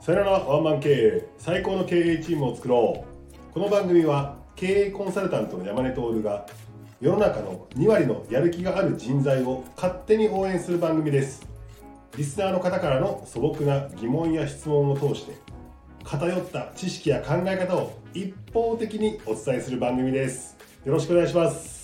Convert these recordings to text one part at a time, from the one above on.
さよならワンマン経営最高の経営チームを作ろうこの番組は経営コンサルタントの山根徹が世の中の2割のやる気がある人材を勝手に応援する番組ですリスナーの方からの素朴な疑問や質問を通して偏った知識や考え方を一方的にお伝えする番組ですよろしくお願いします、えー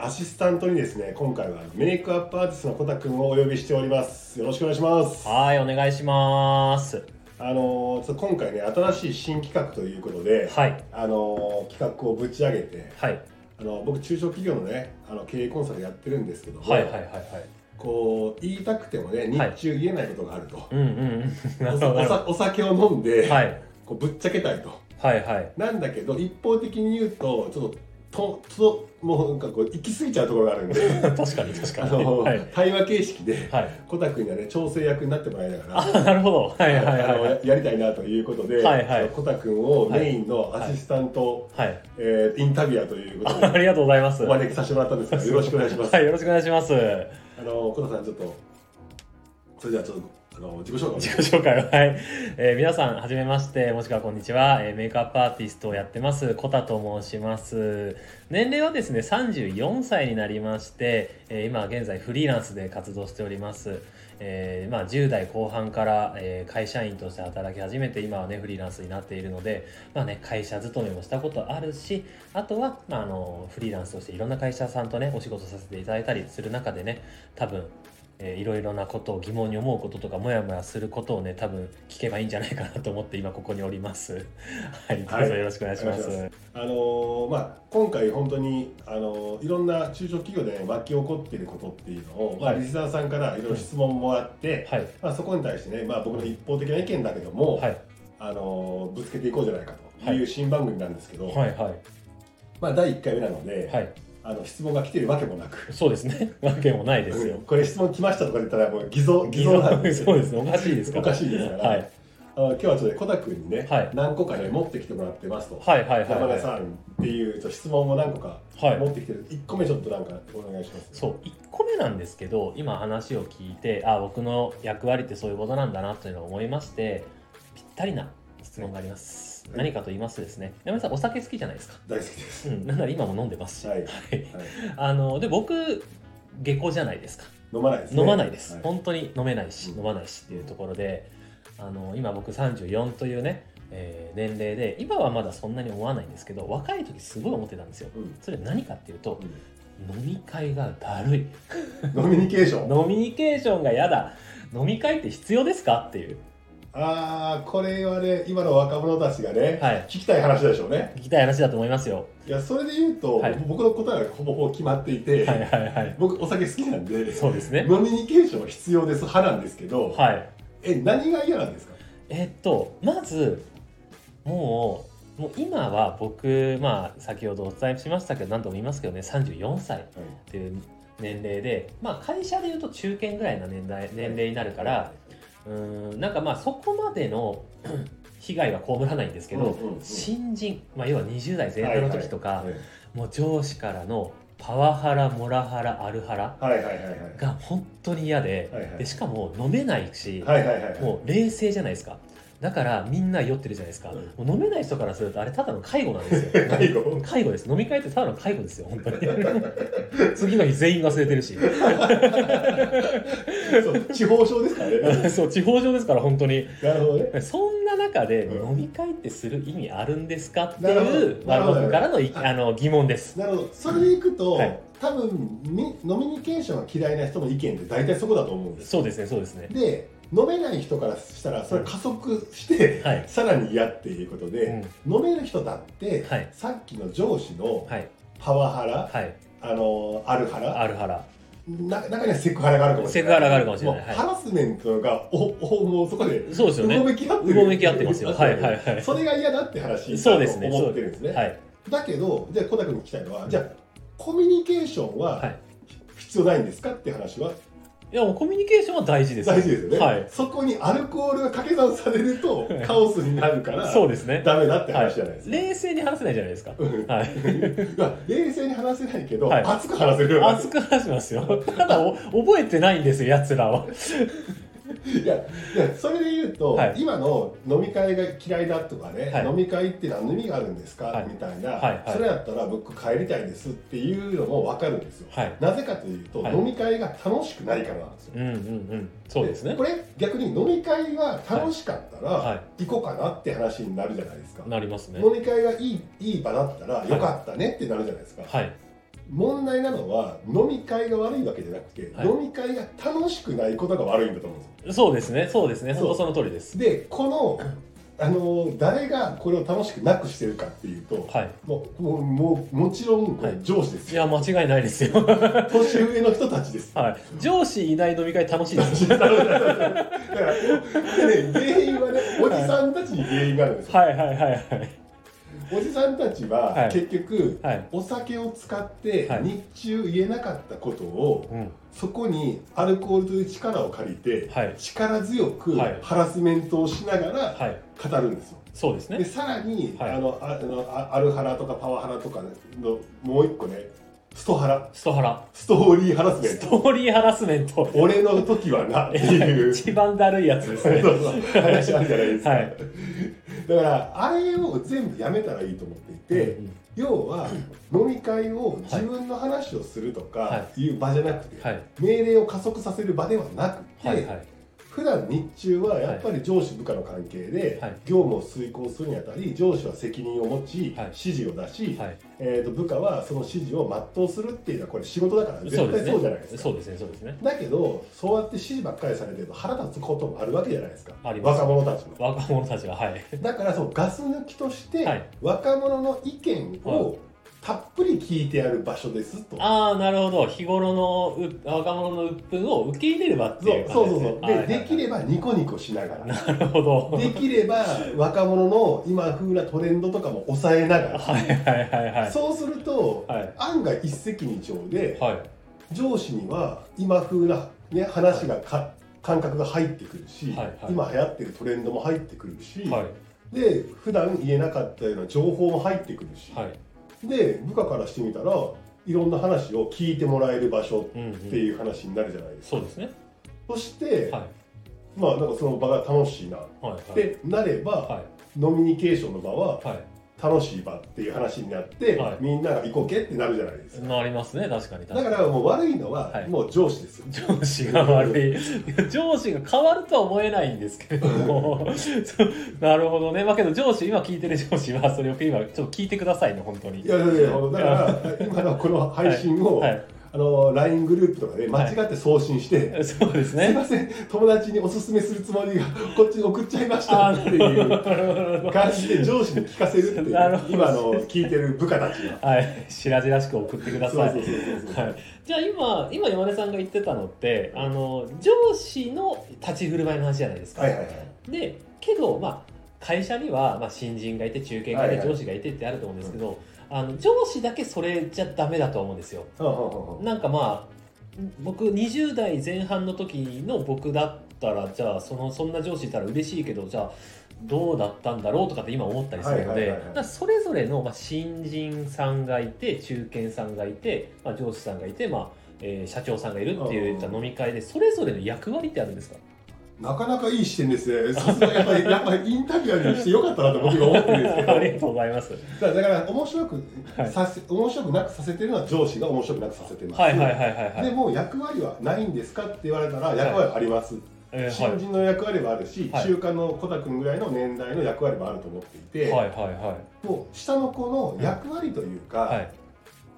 アシスタントにですね今回はメイクアップアーティストのコタくんをお呼びしておりますよろしくお願いしますはい、お願いします。あのーちょっと今回ね新しい新企画ということで、はい。あのー企画をぶち上げてはい。あの僕中小企業のねあの経営コンサルやってるんですけども、はいはいはいはい。こう言いたくてもねはい日中言えないことがあると、うんうんうん。な るおほど。おはさお酒を飲んで、い。はいこうぶっちゃけたいとはい。 なんだけど一方的に言うとちょっととともうなんかこう行き過ぎちゃうところがあるん で確かに確あかに。の、はい。対話形式ではい。 コタくんにはね調整役になってもらいながらあ、なるほど。はいはいあはいのはやい。やりたいなということで、はいはいコタ君をメインのアシスタント、はい。 えーインタビュアーということああでりがとうございます。お招きさせてもらったんですがよろしくお願いします。はい、よろしくお願いします。あのコタさんちょっとそれではちょっとあの自己紹介 自己紹介をはい、えー皆さんはじめましてもしくはこんにちは、えーメイクアップアーティストをやってますコタと申します年齢はですね34歳になりまして、えー今現在フリーランスで活動しております、えーまあ、10代後半から、えー会社員として働き始めて今はねフリーランスになっているので、まあね、会社勤めもしたことあるしあとは、まあ、あのフリーランスとしていろんな会社さんとねお仕事させていただいたりする中でね多分えーいろいろなことを疑問に思うこととかモヤモヤすることをね多分聞けばいいんじゃないかなと思って今ここにおります。 はい、どうぞよろしくお願いしまおす。願いしはい、あのまあ今回本当にあのいろんな中小企業で、ね、巻き起こっていることっていうのを、まあ、はいリスナーさんからいろいろ質問もあって、はい、まあ、そこに対してね、まあ、僕の一方的な意見だけども、はい、あのぶつけていこうじゃないかといはう新番組なんですけど、はまあ、第1回目なので、い、はい、あの質問が来てるわけもなく、そうですね。 わけもないですよ。これ質問来ましたとか言ったらもう偽造偽造なんで そうですね。おかしいですかおら。かしいですから、はい、あの今日はちょっとコタ君にね、はい何個かね持ってきてもらってますと、はい、はい、山は田い。さんっていうちょっと質問も何個かはい持ってきてる、一1個目ちょっとなんかお願いします。そう1個目なんですけど今話を聞いてあ僕の役割ってそういうことなんだなというのを思いましてぴったりな質問があります、はい何かと言いますとですね山根さんお酒好きじゃないですか大好きです。うん、なんなら今も飲んでますし、はいはいはい、あので僕下校じゃないですか飲まないですね。飲まないです、はい本当に飲めないし、うん飲まないしっていうところであの今僕34というね、えー年齢で今はまだそんなに思わないんですけど若い時すごい思ってたんですようんそれ何かっていうと飲み会がだるいうんノミニケーション。飲みニケーションが嫌だ飲み会って必要ですかっていうああ、これはね、今の若者たちがね、はい聞きたい話でしょうね。聞きたい話だと思いますよいや、それで言うと、はい僕の答えはほぼほぼ決まっていて、はいはいはい僕お酒好きなんで、そうですねノミニケーションは必要です派なんですけど、はいえ何が嫌なんですかえっとまずもうもう今は僕まあ先ほどお伝えしましたけど何度も言いますけどね34歳っていう年齢でまあ会社でいうと中堅ぐらいな年代年齢になるからうーんなんかまあそこまでの 被害は被らないんですけど、うんうんうん新人、まあ、要は20代前半の時とか、はいもう上司からのパワハラモラハラアルハラはいはいはいはいが本当に嫌で,、はいはいでしかも飲めないし、はいはいはいはいもう冷静じゃないですかだからみんな酔ってるじゃないですか、うもう飲めない人からするとあれただの介護なんですよ 介護介護です飲み会ってただの介護ですよ本当に 次の日全員忘れてるし そう地方症ですから ねそう地方上ですから本当になるほどねそんな中でうん飲み会ってする意味あるんですかってなるほいう、どまあ、なるほど僕からのいあの疑問ですなるほどそれでいくと、はい多分みノミニケーションが嫌いな人の意見って大体そこだと思うんですそうですねそうですねで飲めない人からしたらそれ加速して、はいさらに嫌っていうことで、飲める人だって、はいさっきの上司のはいパワハラ、はいあのアルハラあるはらな中にはセクハラがあるかもしれないセクハラがあるかもしれないもうはいハラスメントがおおもうそこでそうですよねうごめき合ってるうごめき合ってますよはいはいはいそれが嫌だって話そうですねだと思ってるんですねはいだけどじゃあ小田君に聞きたいのはじゃあコミュニケーションははい必要ないんですかって話はいやもうコミュニケーションは大事ですよ大事ですよね、はいそこにアルコールが掛け算されるとはいカオスになるからそうですねダメだって話じゃないですか、冷静に話せないじゃないですかうんはいいや冷静に話せないけど、はい熱く話せるようになる熱く話しますよただお覚えてないんですよやつらはいやいやそれで言うと、はい今の飲み会が嫌いだとかね、はい飲み会って何の意味があるんですか、はいみたいな、はいはいそれやったら僕帰りたいですっていうのも分かるんですよ、はいなぜかというと、はい飲み会が楽しくないからなんですようんうんうんそうですねこれ逆に飲み会が楽しかったら、は行こうかなって話になるじゃないですか、なりますね飲み会がいいいい場だったらよかったねってなるじゃないですか、はい問題なのは飲み会が悪いわけじゃなくて、はい飲み会が楽しくないことが悪いんだと思うんですよそうですねそうですねそう本当その通りですでこの、あのー誰がこれを楽しくなくしてるかっていうと、はいもうもうもうもちろんこはれい上司ですいよ、や間違いないですよ年上の人たちですはい上司いない飲み会楽しいですよだからでね原因はねおじさんたちに原因があるんですよ、はいはいはいはいおじさんたちははい結局、はいお酒を使ってはい日中言えなかったことをうんそこにアルコールという力を借りてはい力強くはいハラスメントをしながらはい語るんですよそうですねでさらに、はいあのああのあアルハラとかパワハラとかのもう一個ねストハラストハラストーリーハラスメンストトーリーハラスメント俺の時はなっていう一番だるいやつで すそうねそう話あるじゃないですか、はいだからあれを全部やめたらいいと思っていて、うんうん要は飲み会を自分の話をするとかはいう場じゃなくて、はい命令を加速させる場ではなくて、はいはい普段日中はやっぱり上司部下の関係ではい業務を遂行するにあたり上司は責任を持ちはい指示を出し、はいえー、と部下はその指示を全うするっていうのはこれ仕事だから絶そうで対すねそうじゃないですかそうですねそうですねだけどそうやって指示ばっかりされてると腹立つこともあるわけじゃないですかあります若者たちの若者たちははいだからそのガス抜きとして、はい若者の意見はをたっぷり聞いてやる場所ですとああなるほど日頃のう若者の鬱憤を受け入れればってそいううそ感うそじでうそすねうはいはでいはいできればニコニコしながらなるほどできれ ば若者の今風なトレンドとかも抑えながらはいはいはいはいそうすると、はい案外一石二鳥ではい上司には今風な、ね、話がか、感覚が入ってくるし、はいはい今流行ってるトレンドも入ってくるし、はいで普段言えなかったような情報も入ってくるし、はいで部下からしてみたらいろんな話を聞いてもらえる場所うんうんっていう話になるじゃないですか、そうですねそして、はいまあなんかその場が楽しいなっはいはいてなれば、はノミニケーションの場はいは楽しい場っていう話になって、はいみんなが行こうけってなるじゃないですいか、なりますね確かに確だかかにらもう悪いのは、はいもう上司ですよ上司が悪いいや上司が変わるとは思えないんですけれどもそうなるほどねまあけど上司今聞いてる上司はそれを今ちょっと聞いてくださいね本当にいやいやいやだから今のこの配信を、はいあの LINE グループとかで間違って送信して、そうですすいねません友達におすすめするつもりがこっちに送っちゃいましたっていう感じで上司に聞かせるっていうなるほど今の聞いてる部下たちがはい白々しく送ってくだそうさそいうそうそうはい、じゃあ今今山根さんが言ってたのってあの上司の立ち振る舞いの話じゃないですか。はいはいはいでけど、まあ、会社には、まあ、新人がいて中堅がはいていはい上司がいてってあると思うんですけど、あの上司だけそれじゃダメだとは思うんですよ。うんうんうんなんかまあ僕20代前半の時の僕だったらじゃあそのそんな上司いたら嬉しいけどじゃあどうだったんだろうとかって今思ったりするのはいはいではいはいだからそれぞれの、まあ、新人さんがいて中堅さんがいて、まあ、上司さんがいて、まあえー社長さんがいるっていううんじゃあ飲み会でそれぞれの役割ってあるんですかなかなかいい視点ですねさすがやっぱりやっぱりインタビュアーにしてよかったなと僕が思ってるんですけあどりがとうございます。だからだから面白くはいさせ、面白くなくさせてるのは上司が面白くなくさせてます、はいはいはいはいはい。でもう役割はないんですかって言われたら役割はあります、えー新人の役割もあるし、はい中間のコタ君ぐらいの年代の役割もあると思っていて、はいはいはいはもう下の子の役割というか、い。はい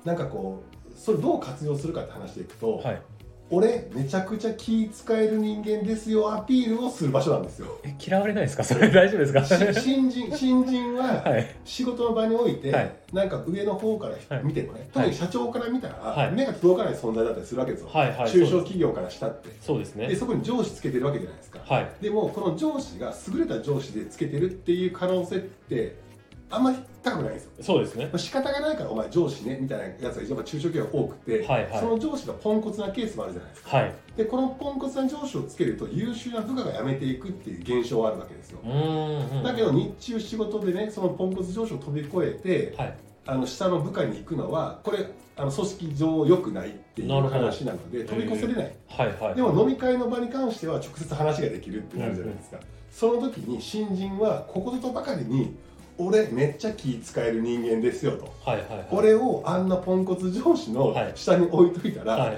なんかこうそれどう活用するかって話でいくと、はい。俺めちゃくちゃ気使える人間ですよアピールをする場所なんです よえ嫌われないですかそれ大丈夫ですかし新人新人ははい。仕事の場において、はいなんか上の方からはい見てもね、はい特に社長から見たら、はい目が届かない存在だったりするわけですよ、はいはい。中小企業からしたってそうですでね。そこに上司つけてるわけじゃないですか、はい。でもこの上司が優れた上司でつけてるっていう可能性ってあんまり高くないんですよそうですね。仕方がないからお前上司ねみたいなやつが一番中小企業が多くて、はいはいその上司がポンコツなケースもあるじゃないですかはい。でこのポンコツな上司をつけると優秀な部下が辞めていくっていう現象はあるわけですようーん。だけど日中仕事でねそのポンコツ上司を飛び越えてはい。あの下の部下に行くのはこれあの組織上良くないっていなるうほど話なので飛び越せれない、はいはいでも飲み会の場に関しては直接話ができるってなるじゃないですか、その時に新人はここぞとばかりに「俺めっちゃ気使える人間ですよ」と。はいはいはい俺をあんなポンコツ上司のはい下に置いといたら、はい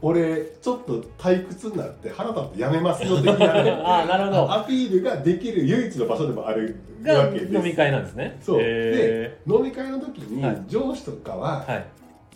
俺ちょっと退屈になって腹立ってやめますよ的なねああ なるほどアピールができる唯一の場所でもあるがわけです飲み会なんですねそうへで飲み会の時にはい上司とかーははい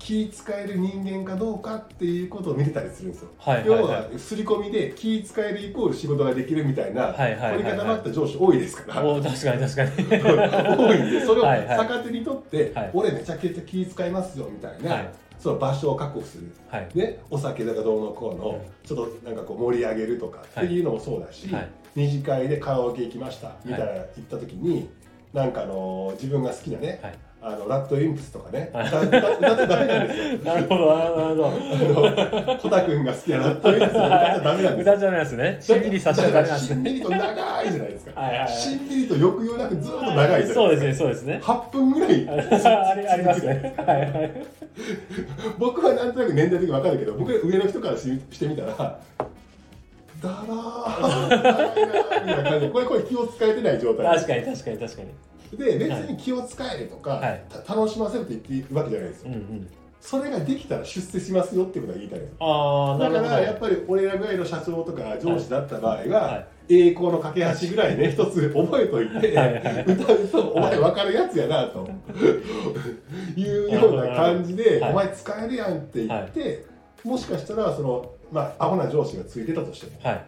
気使える人間かどうかっていうことを見てたりするんですよ、はいはい要はは刷り込みで気使えるイコール仕事ができるみたいなはいはいはいはい凝り固まった上司多いですから、いお確かに確かに 多いんでそれをはいはい逆手にとって、はい俺めちゃくちゃ気使いますよみたいな、はいその場所を確保するはいね、お酒だかどうのこうの、はいちょっとなんかこう盛り上げるとかっていうのもそうだし、はい二次会でカラオケ行きましたみたいな行った時に、なんかあのー自分が好きなね、はいあのラットウィンプスとかね、はい歌歌歌っちゃダメなんですよ。なるほどなるほどあのコタ君が好きなラットウィンプスとか歌っちゃダメなんです歌 よ。っちゃダメなんですねしんみりさせちゃダメなんですしんねみりと長いじゃないですか。はいはいはいしんみりと抑揚なくずっと長いじゃないですか。そうですねそうですね8分ぐらいあれありますねはいはい僕はなんとなく年代的に分かるけど僕は上の人からししてみたらだらーだらーみたいな感じでこれこれ気を使えてない状態確かに確かに確かにで別に気を使えとか、はいた楽しませると言っているわけじゃないですよ、うんうんそれができたら出世しますよってことは言いたいですああだなるかほどらやっぱり俺らぐらいの社長とか上司だった場合は、はい栄光の架け橋ぐらいね一つ覚えといて、はいはい歌うとお前分かるやつやなというような感じで、はいお前使えるやんって言って、もしかしたらそのまあアホな上司がついてたとしてもはい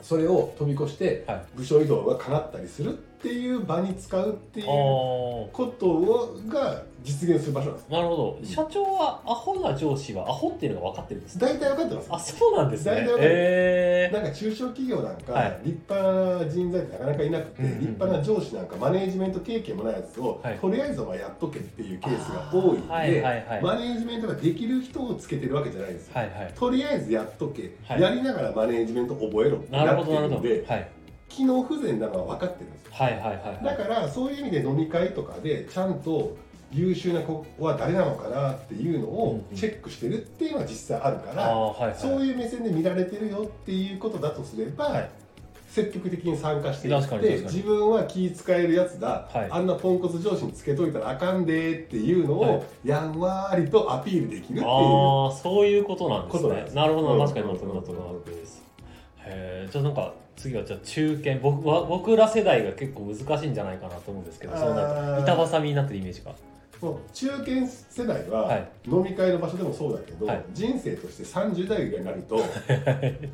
それを飛び越してはい部署移動がかなったりするっていう場に使うっていうこおーとをが実現する場所なんですなるほど社長はアホな上司はアホっていうのが分かってるんですね大体分かってますあそうなんです大ね体わかるえ なんか中小企業なんはかい立派な人材ってなかなかいなくて、うんうんうん立派な上司なんかマネージメント経験もないやつを、はいとりあえずはやっとけっていうケースが多いんで、あーはいはいはいマネージメントができる人をつけてるわけじゃないんですよ、はいはいとりあえずやっとけ、はいやりながらマネージメント覚えろってななるっほてどなるるほのどではい機能不全なのは分かってるんですよはいはいはいはだいからそういう意味で飲み会とかでちゃんと優秀な子は誰なのかなっていうのをチェックしてるっていうのは実際あるかあら、あはいはいそういう目線で見られてるよっていうことだとすれば、はい積極的に参加してい確かに確ってかに自分は気使えるやつだ、はいあんなポンコツ上司につけといたらあかんでっていうのを、はやんわりとアピールできるっていうああそういうことなんでことなんですすねなるほうんど確かに納得だと思いですへえじゃあなんか次はじゃあ中堅僕は僕ら世代が結構難しいんじゃないかなと思うんですけどそうなあーると板挟みになってるイメージがもう中堅世代ははい飲み会の場所でもそうだけど、はい人生として30代ぐらいになると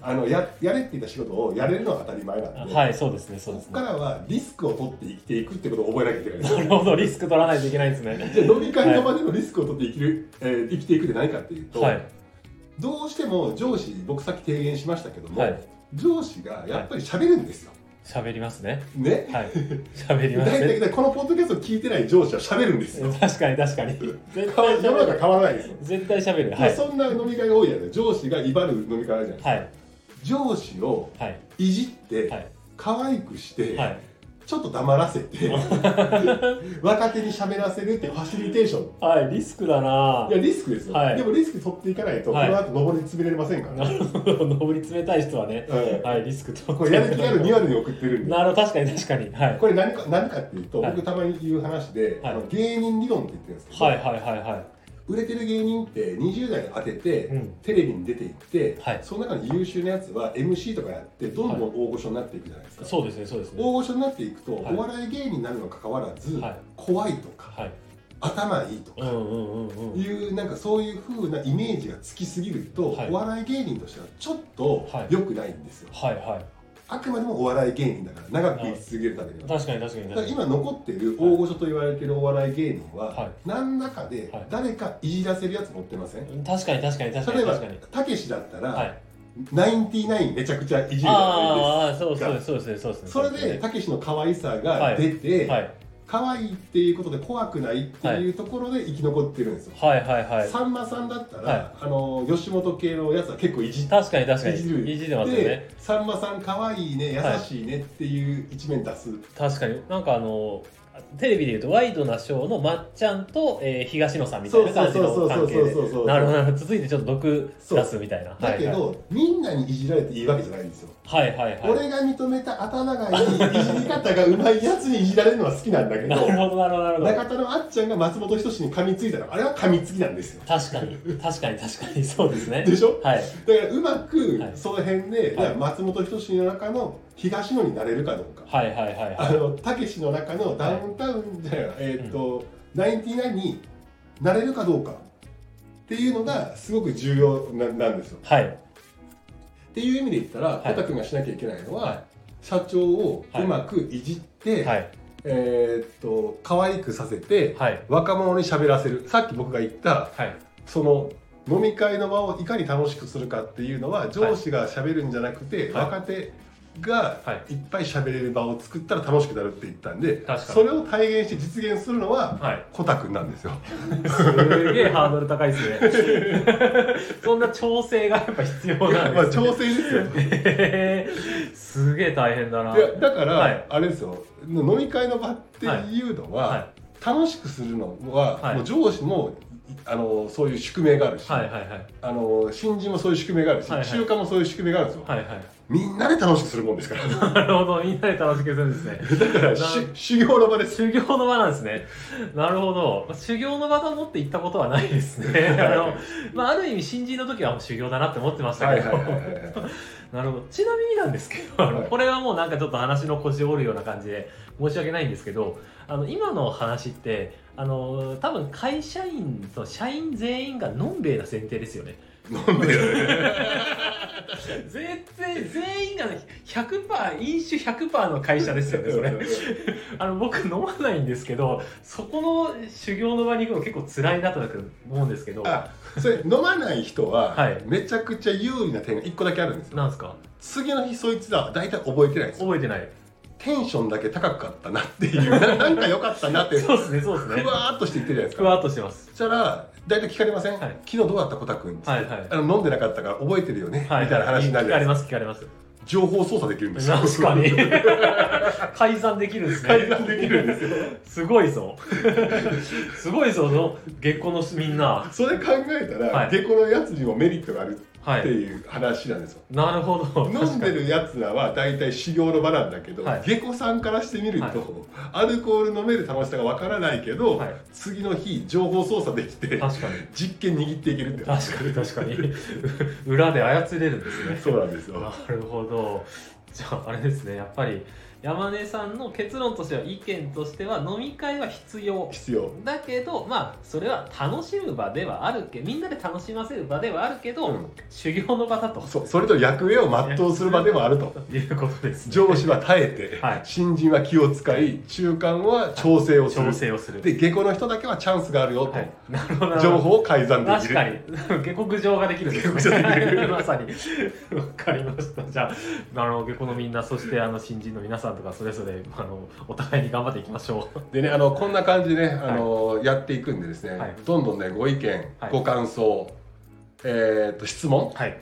あのややれって言った仕事をやれるのが当たり前なんで、はいそうですねそそうでこすかねらはリスクを取って生きていくってことを覚えなきゃいけないんですなるほどリスク取らないといけないですねじゃあ飲み会の場でのリスクを取って生きる、えー生きていくって何かっていうと、はいどうしても上司僕さっき提言しましたけども、はい上司がやっぱり喋るんですよ、喋りますねねはい喋り大ます体ねねこのポッドキャストを聞いてない上司は喋るんですよ確かに確かに絶変わ対世の喋中る変わらないですよ、絶対喋るはでいそんな飲み会が多いじゃない上司が威張る飲み会あるじゃない、はい上司をはいいじって、はい可愛くして、はいちょっと黙らせ て若手に喋らせるってファシリテーションはいリスクだないやリスクですよ、はいでもリスク取っていかないと、はいこの後登り詰められませんから、 なるほど上り詰めたい人はねうんはいリスク取こってれやる気ある2割に送ってるんでなるほど確かに確かにはいこれ何か何かっていうと、はい僕たまに言う話で、はいあの芸人理論って言ってるんですけど、はいはいはいは売れてる芸人って20代に当てて、うんテレビに出ていって、はいその中の優秀なやつは MC とかやってどんどん大御所になっていくじゃないですか、いそうですねそうですね大御所になっていくと、はいお笑い芸人になるのかかわらず、はい怖いとかはい頭いいとうんか、うんうんうんいうなんかそういう風なイメージがつきすぎると、はいお笑い芸人としてはちょっとはい良くないんですよ、はいはあくまでもお笑い芸人だから長く生き続けるためにいは確かに確かにだか確からに今残っている大御所と言われているお笑い芸人は、はい何らかではい誰かいじらせるやつ持ってません、確かに確かに確か例えにば確かにたけしだったら、はいナインティナインめちゃくちゃいじるじゃないああそうそうそうですねそうですですねかそれでたけしの可愛さが出て、はい可愛いっていうことで怖くないっていうところで生き残ってるんですよ、はいはいはいさんまさんだったら、はあの吉本系のやつは結構いじって確かに確かいじるにいじってますよねでさんまさん可愛いね優しいねっていう一面出す、確かになんかあのテレビでいうとワイドなショーのまっちゃんと、えー東野さんみたいな感じの関係でそうそうそうそうそうそうなるほどなるほど続いてちょっと毒出すみたいなだけど、みんなにいじられていいわけじゃないんですよ、はいはいはい、はい俺が認めた頭がいいいじり方がうまいやつにいじられるのは好きなんだけどなるほどなるほどなるほど中田のあっちゃんが松本人志に噛みついたらあれは噛みつきなんですよ確かに確かに確かにそうですねでしょはいだからうまくはいその辺で、だから松本人志の中の東野になれるかどうか、はいはいはいあはいのたけしの中のダウンタウンじゃないえーっと、ナインティナインになれるかどうかっていうのがすごく重要ななんですよはいっていう意味で言ったら、いコタ君がしなきゃいけないのは、はい社長をうまくいじって、はいえーっと可愛くさせて、はい若者に喋らせるさっき僕が言ったはいその飲み会の場をいかに楽しくするかっていうのは上司が喋るんじゃなくて、はい若手がはいいっぱい喋れる場を作ったら楽しくなるって言ったんで確かにそれを体現して実現するのははいコタくんなんですよ。すげえハードル高いですね そんな調整がやっぱ必要な んまあですね、調整ですよえーすげえ大変だないやだから、はいあれですよ飲み会の場っていうのは、は楽しくするのは、はいもう上司もあのそういう宿命があるし、はいはいはいあの新人もそういう宿命があるし、はいはい中華もそういう宿命があるんですよ、はいはいみんなで楽しくするもんです からだなるほどみんなで楽しくするんですね からし修行の場です修行の場なんですね。なるほど。修行の場と思って行ったことはないですね。あの、まあ、ある意味新人の時は修行だなって思ってましたはいけはいど。はいはいはいなるほど。ちなみになんですけど、あのはいこれはもうなんかちょっと話の腰折るような感じで申し訳ないんですけど、あの、今の話って、あの、多分会社員と社員全員がのんべえな前提ですよね。飲んでるね全然、全員が100%、飲酒100%の会社ですよね、それ。 あの僕飲まないんですけどそこの修行の場に行くの結構辛いなとだけ思うんですけどあそれ飲まない人は、はいめちゃくちゃ有利な点が1個だけあるんですよなんですか次の日そいつらは大体覚えてないんですよ覚えてないテンションだけ高かったなっていうななんか良かったなってそうですねそうですねふわーっとして言ってるじゃないですふか。わっとしてますそしたら、大体聞かれません、はい昨日どうだった、コタ君、はいはいあの飲んでなかったから覚えてるよね、はいみたいな話になる聞じゃなかいですれか。ます聞かれます情報操作できるんですよ。確かに 改ざんできるんです改ねざんできるんですよ。すごいぞすごいぞの月光のみんなそれ考えたら、はい下戸のやつにもメリットがあるはっていいう話なんですよ。なるほど飲んでるやつらは大体修行の場なんだけど、はい下戸さんからしてみると、はいアルコール飲める楽しさがわからないけど、はい次の日情報操作できて確かに実験握っていけるって確かに確かに 裏で操れるんですねそうなんですよなるほど。じゃああれですね、やっぱり山根さんの結論としては意見としては飲み会は必要。必要だけどまあそれは楽しむ場ではあるけみんなで楽しませる場ではあるけど、うん修行の場だとそそれと役目を全うする場でもあるということです、ね、上司は耐えて、はい新人は気を使い中間は調整をする、調整をするで下戸の人だけはチャンスがあるよと、はい、なるほどなるほど情報を改ざんでき確るかに下克上ができるんです下克上できる まさにわかりましたじゃああの下戸のみんなそしてあの新人の皆さんとかそれぞれあのお互いに頑張っていきましょうでねあのこんな感じでねあの、やっていくんでですね、はいどんどんねご意見、はいご感想えー、と質問はい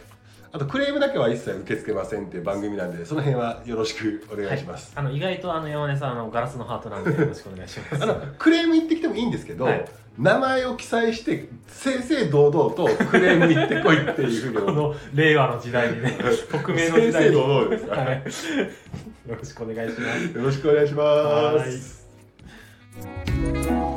あとクレームだけは一切受け付けませんっていう番組なんでその辺はよろしくお願いします、はい、あの意外とあの山根さんあのガラスのハートなんでよろしくお願いし ますあのクレーム言ってきてもいいんですけど、はい名前を記載して正々堂々とクレーム言ってこいっていうふうに思こうの令和の時代にね 匿名の時代先生に、どはうですか、い、よろしくお願いしますよろしくお願いします。はい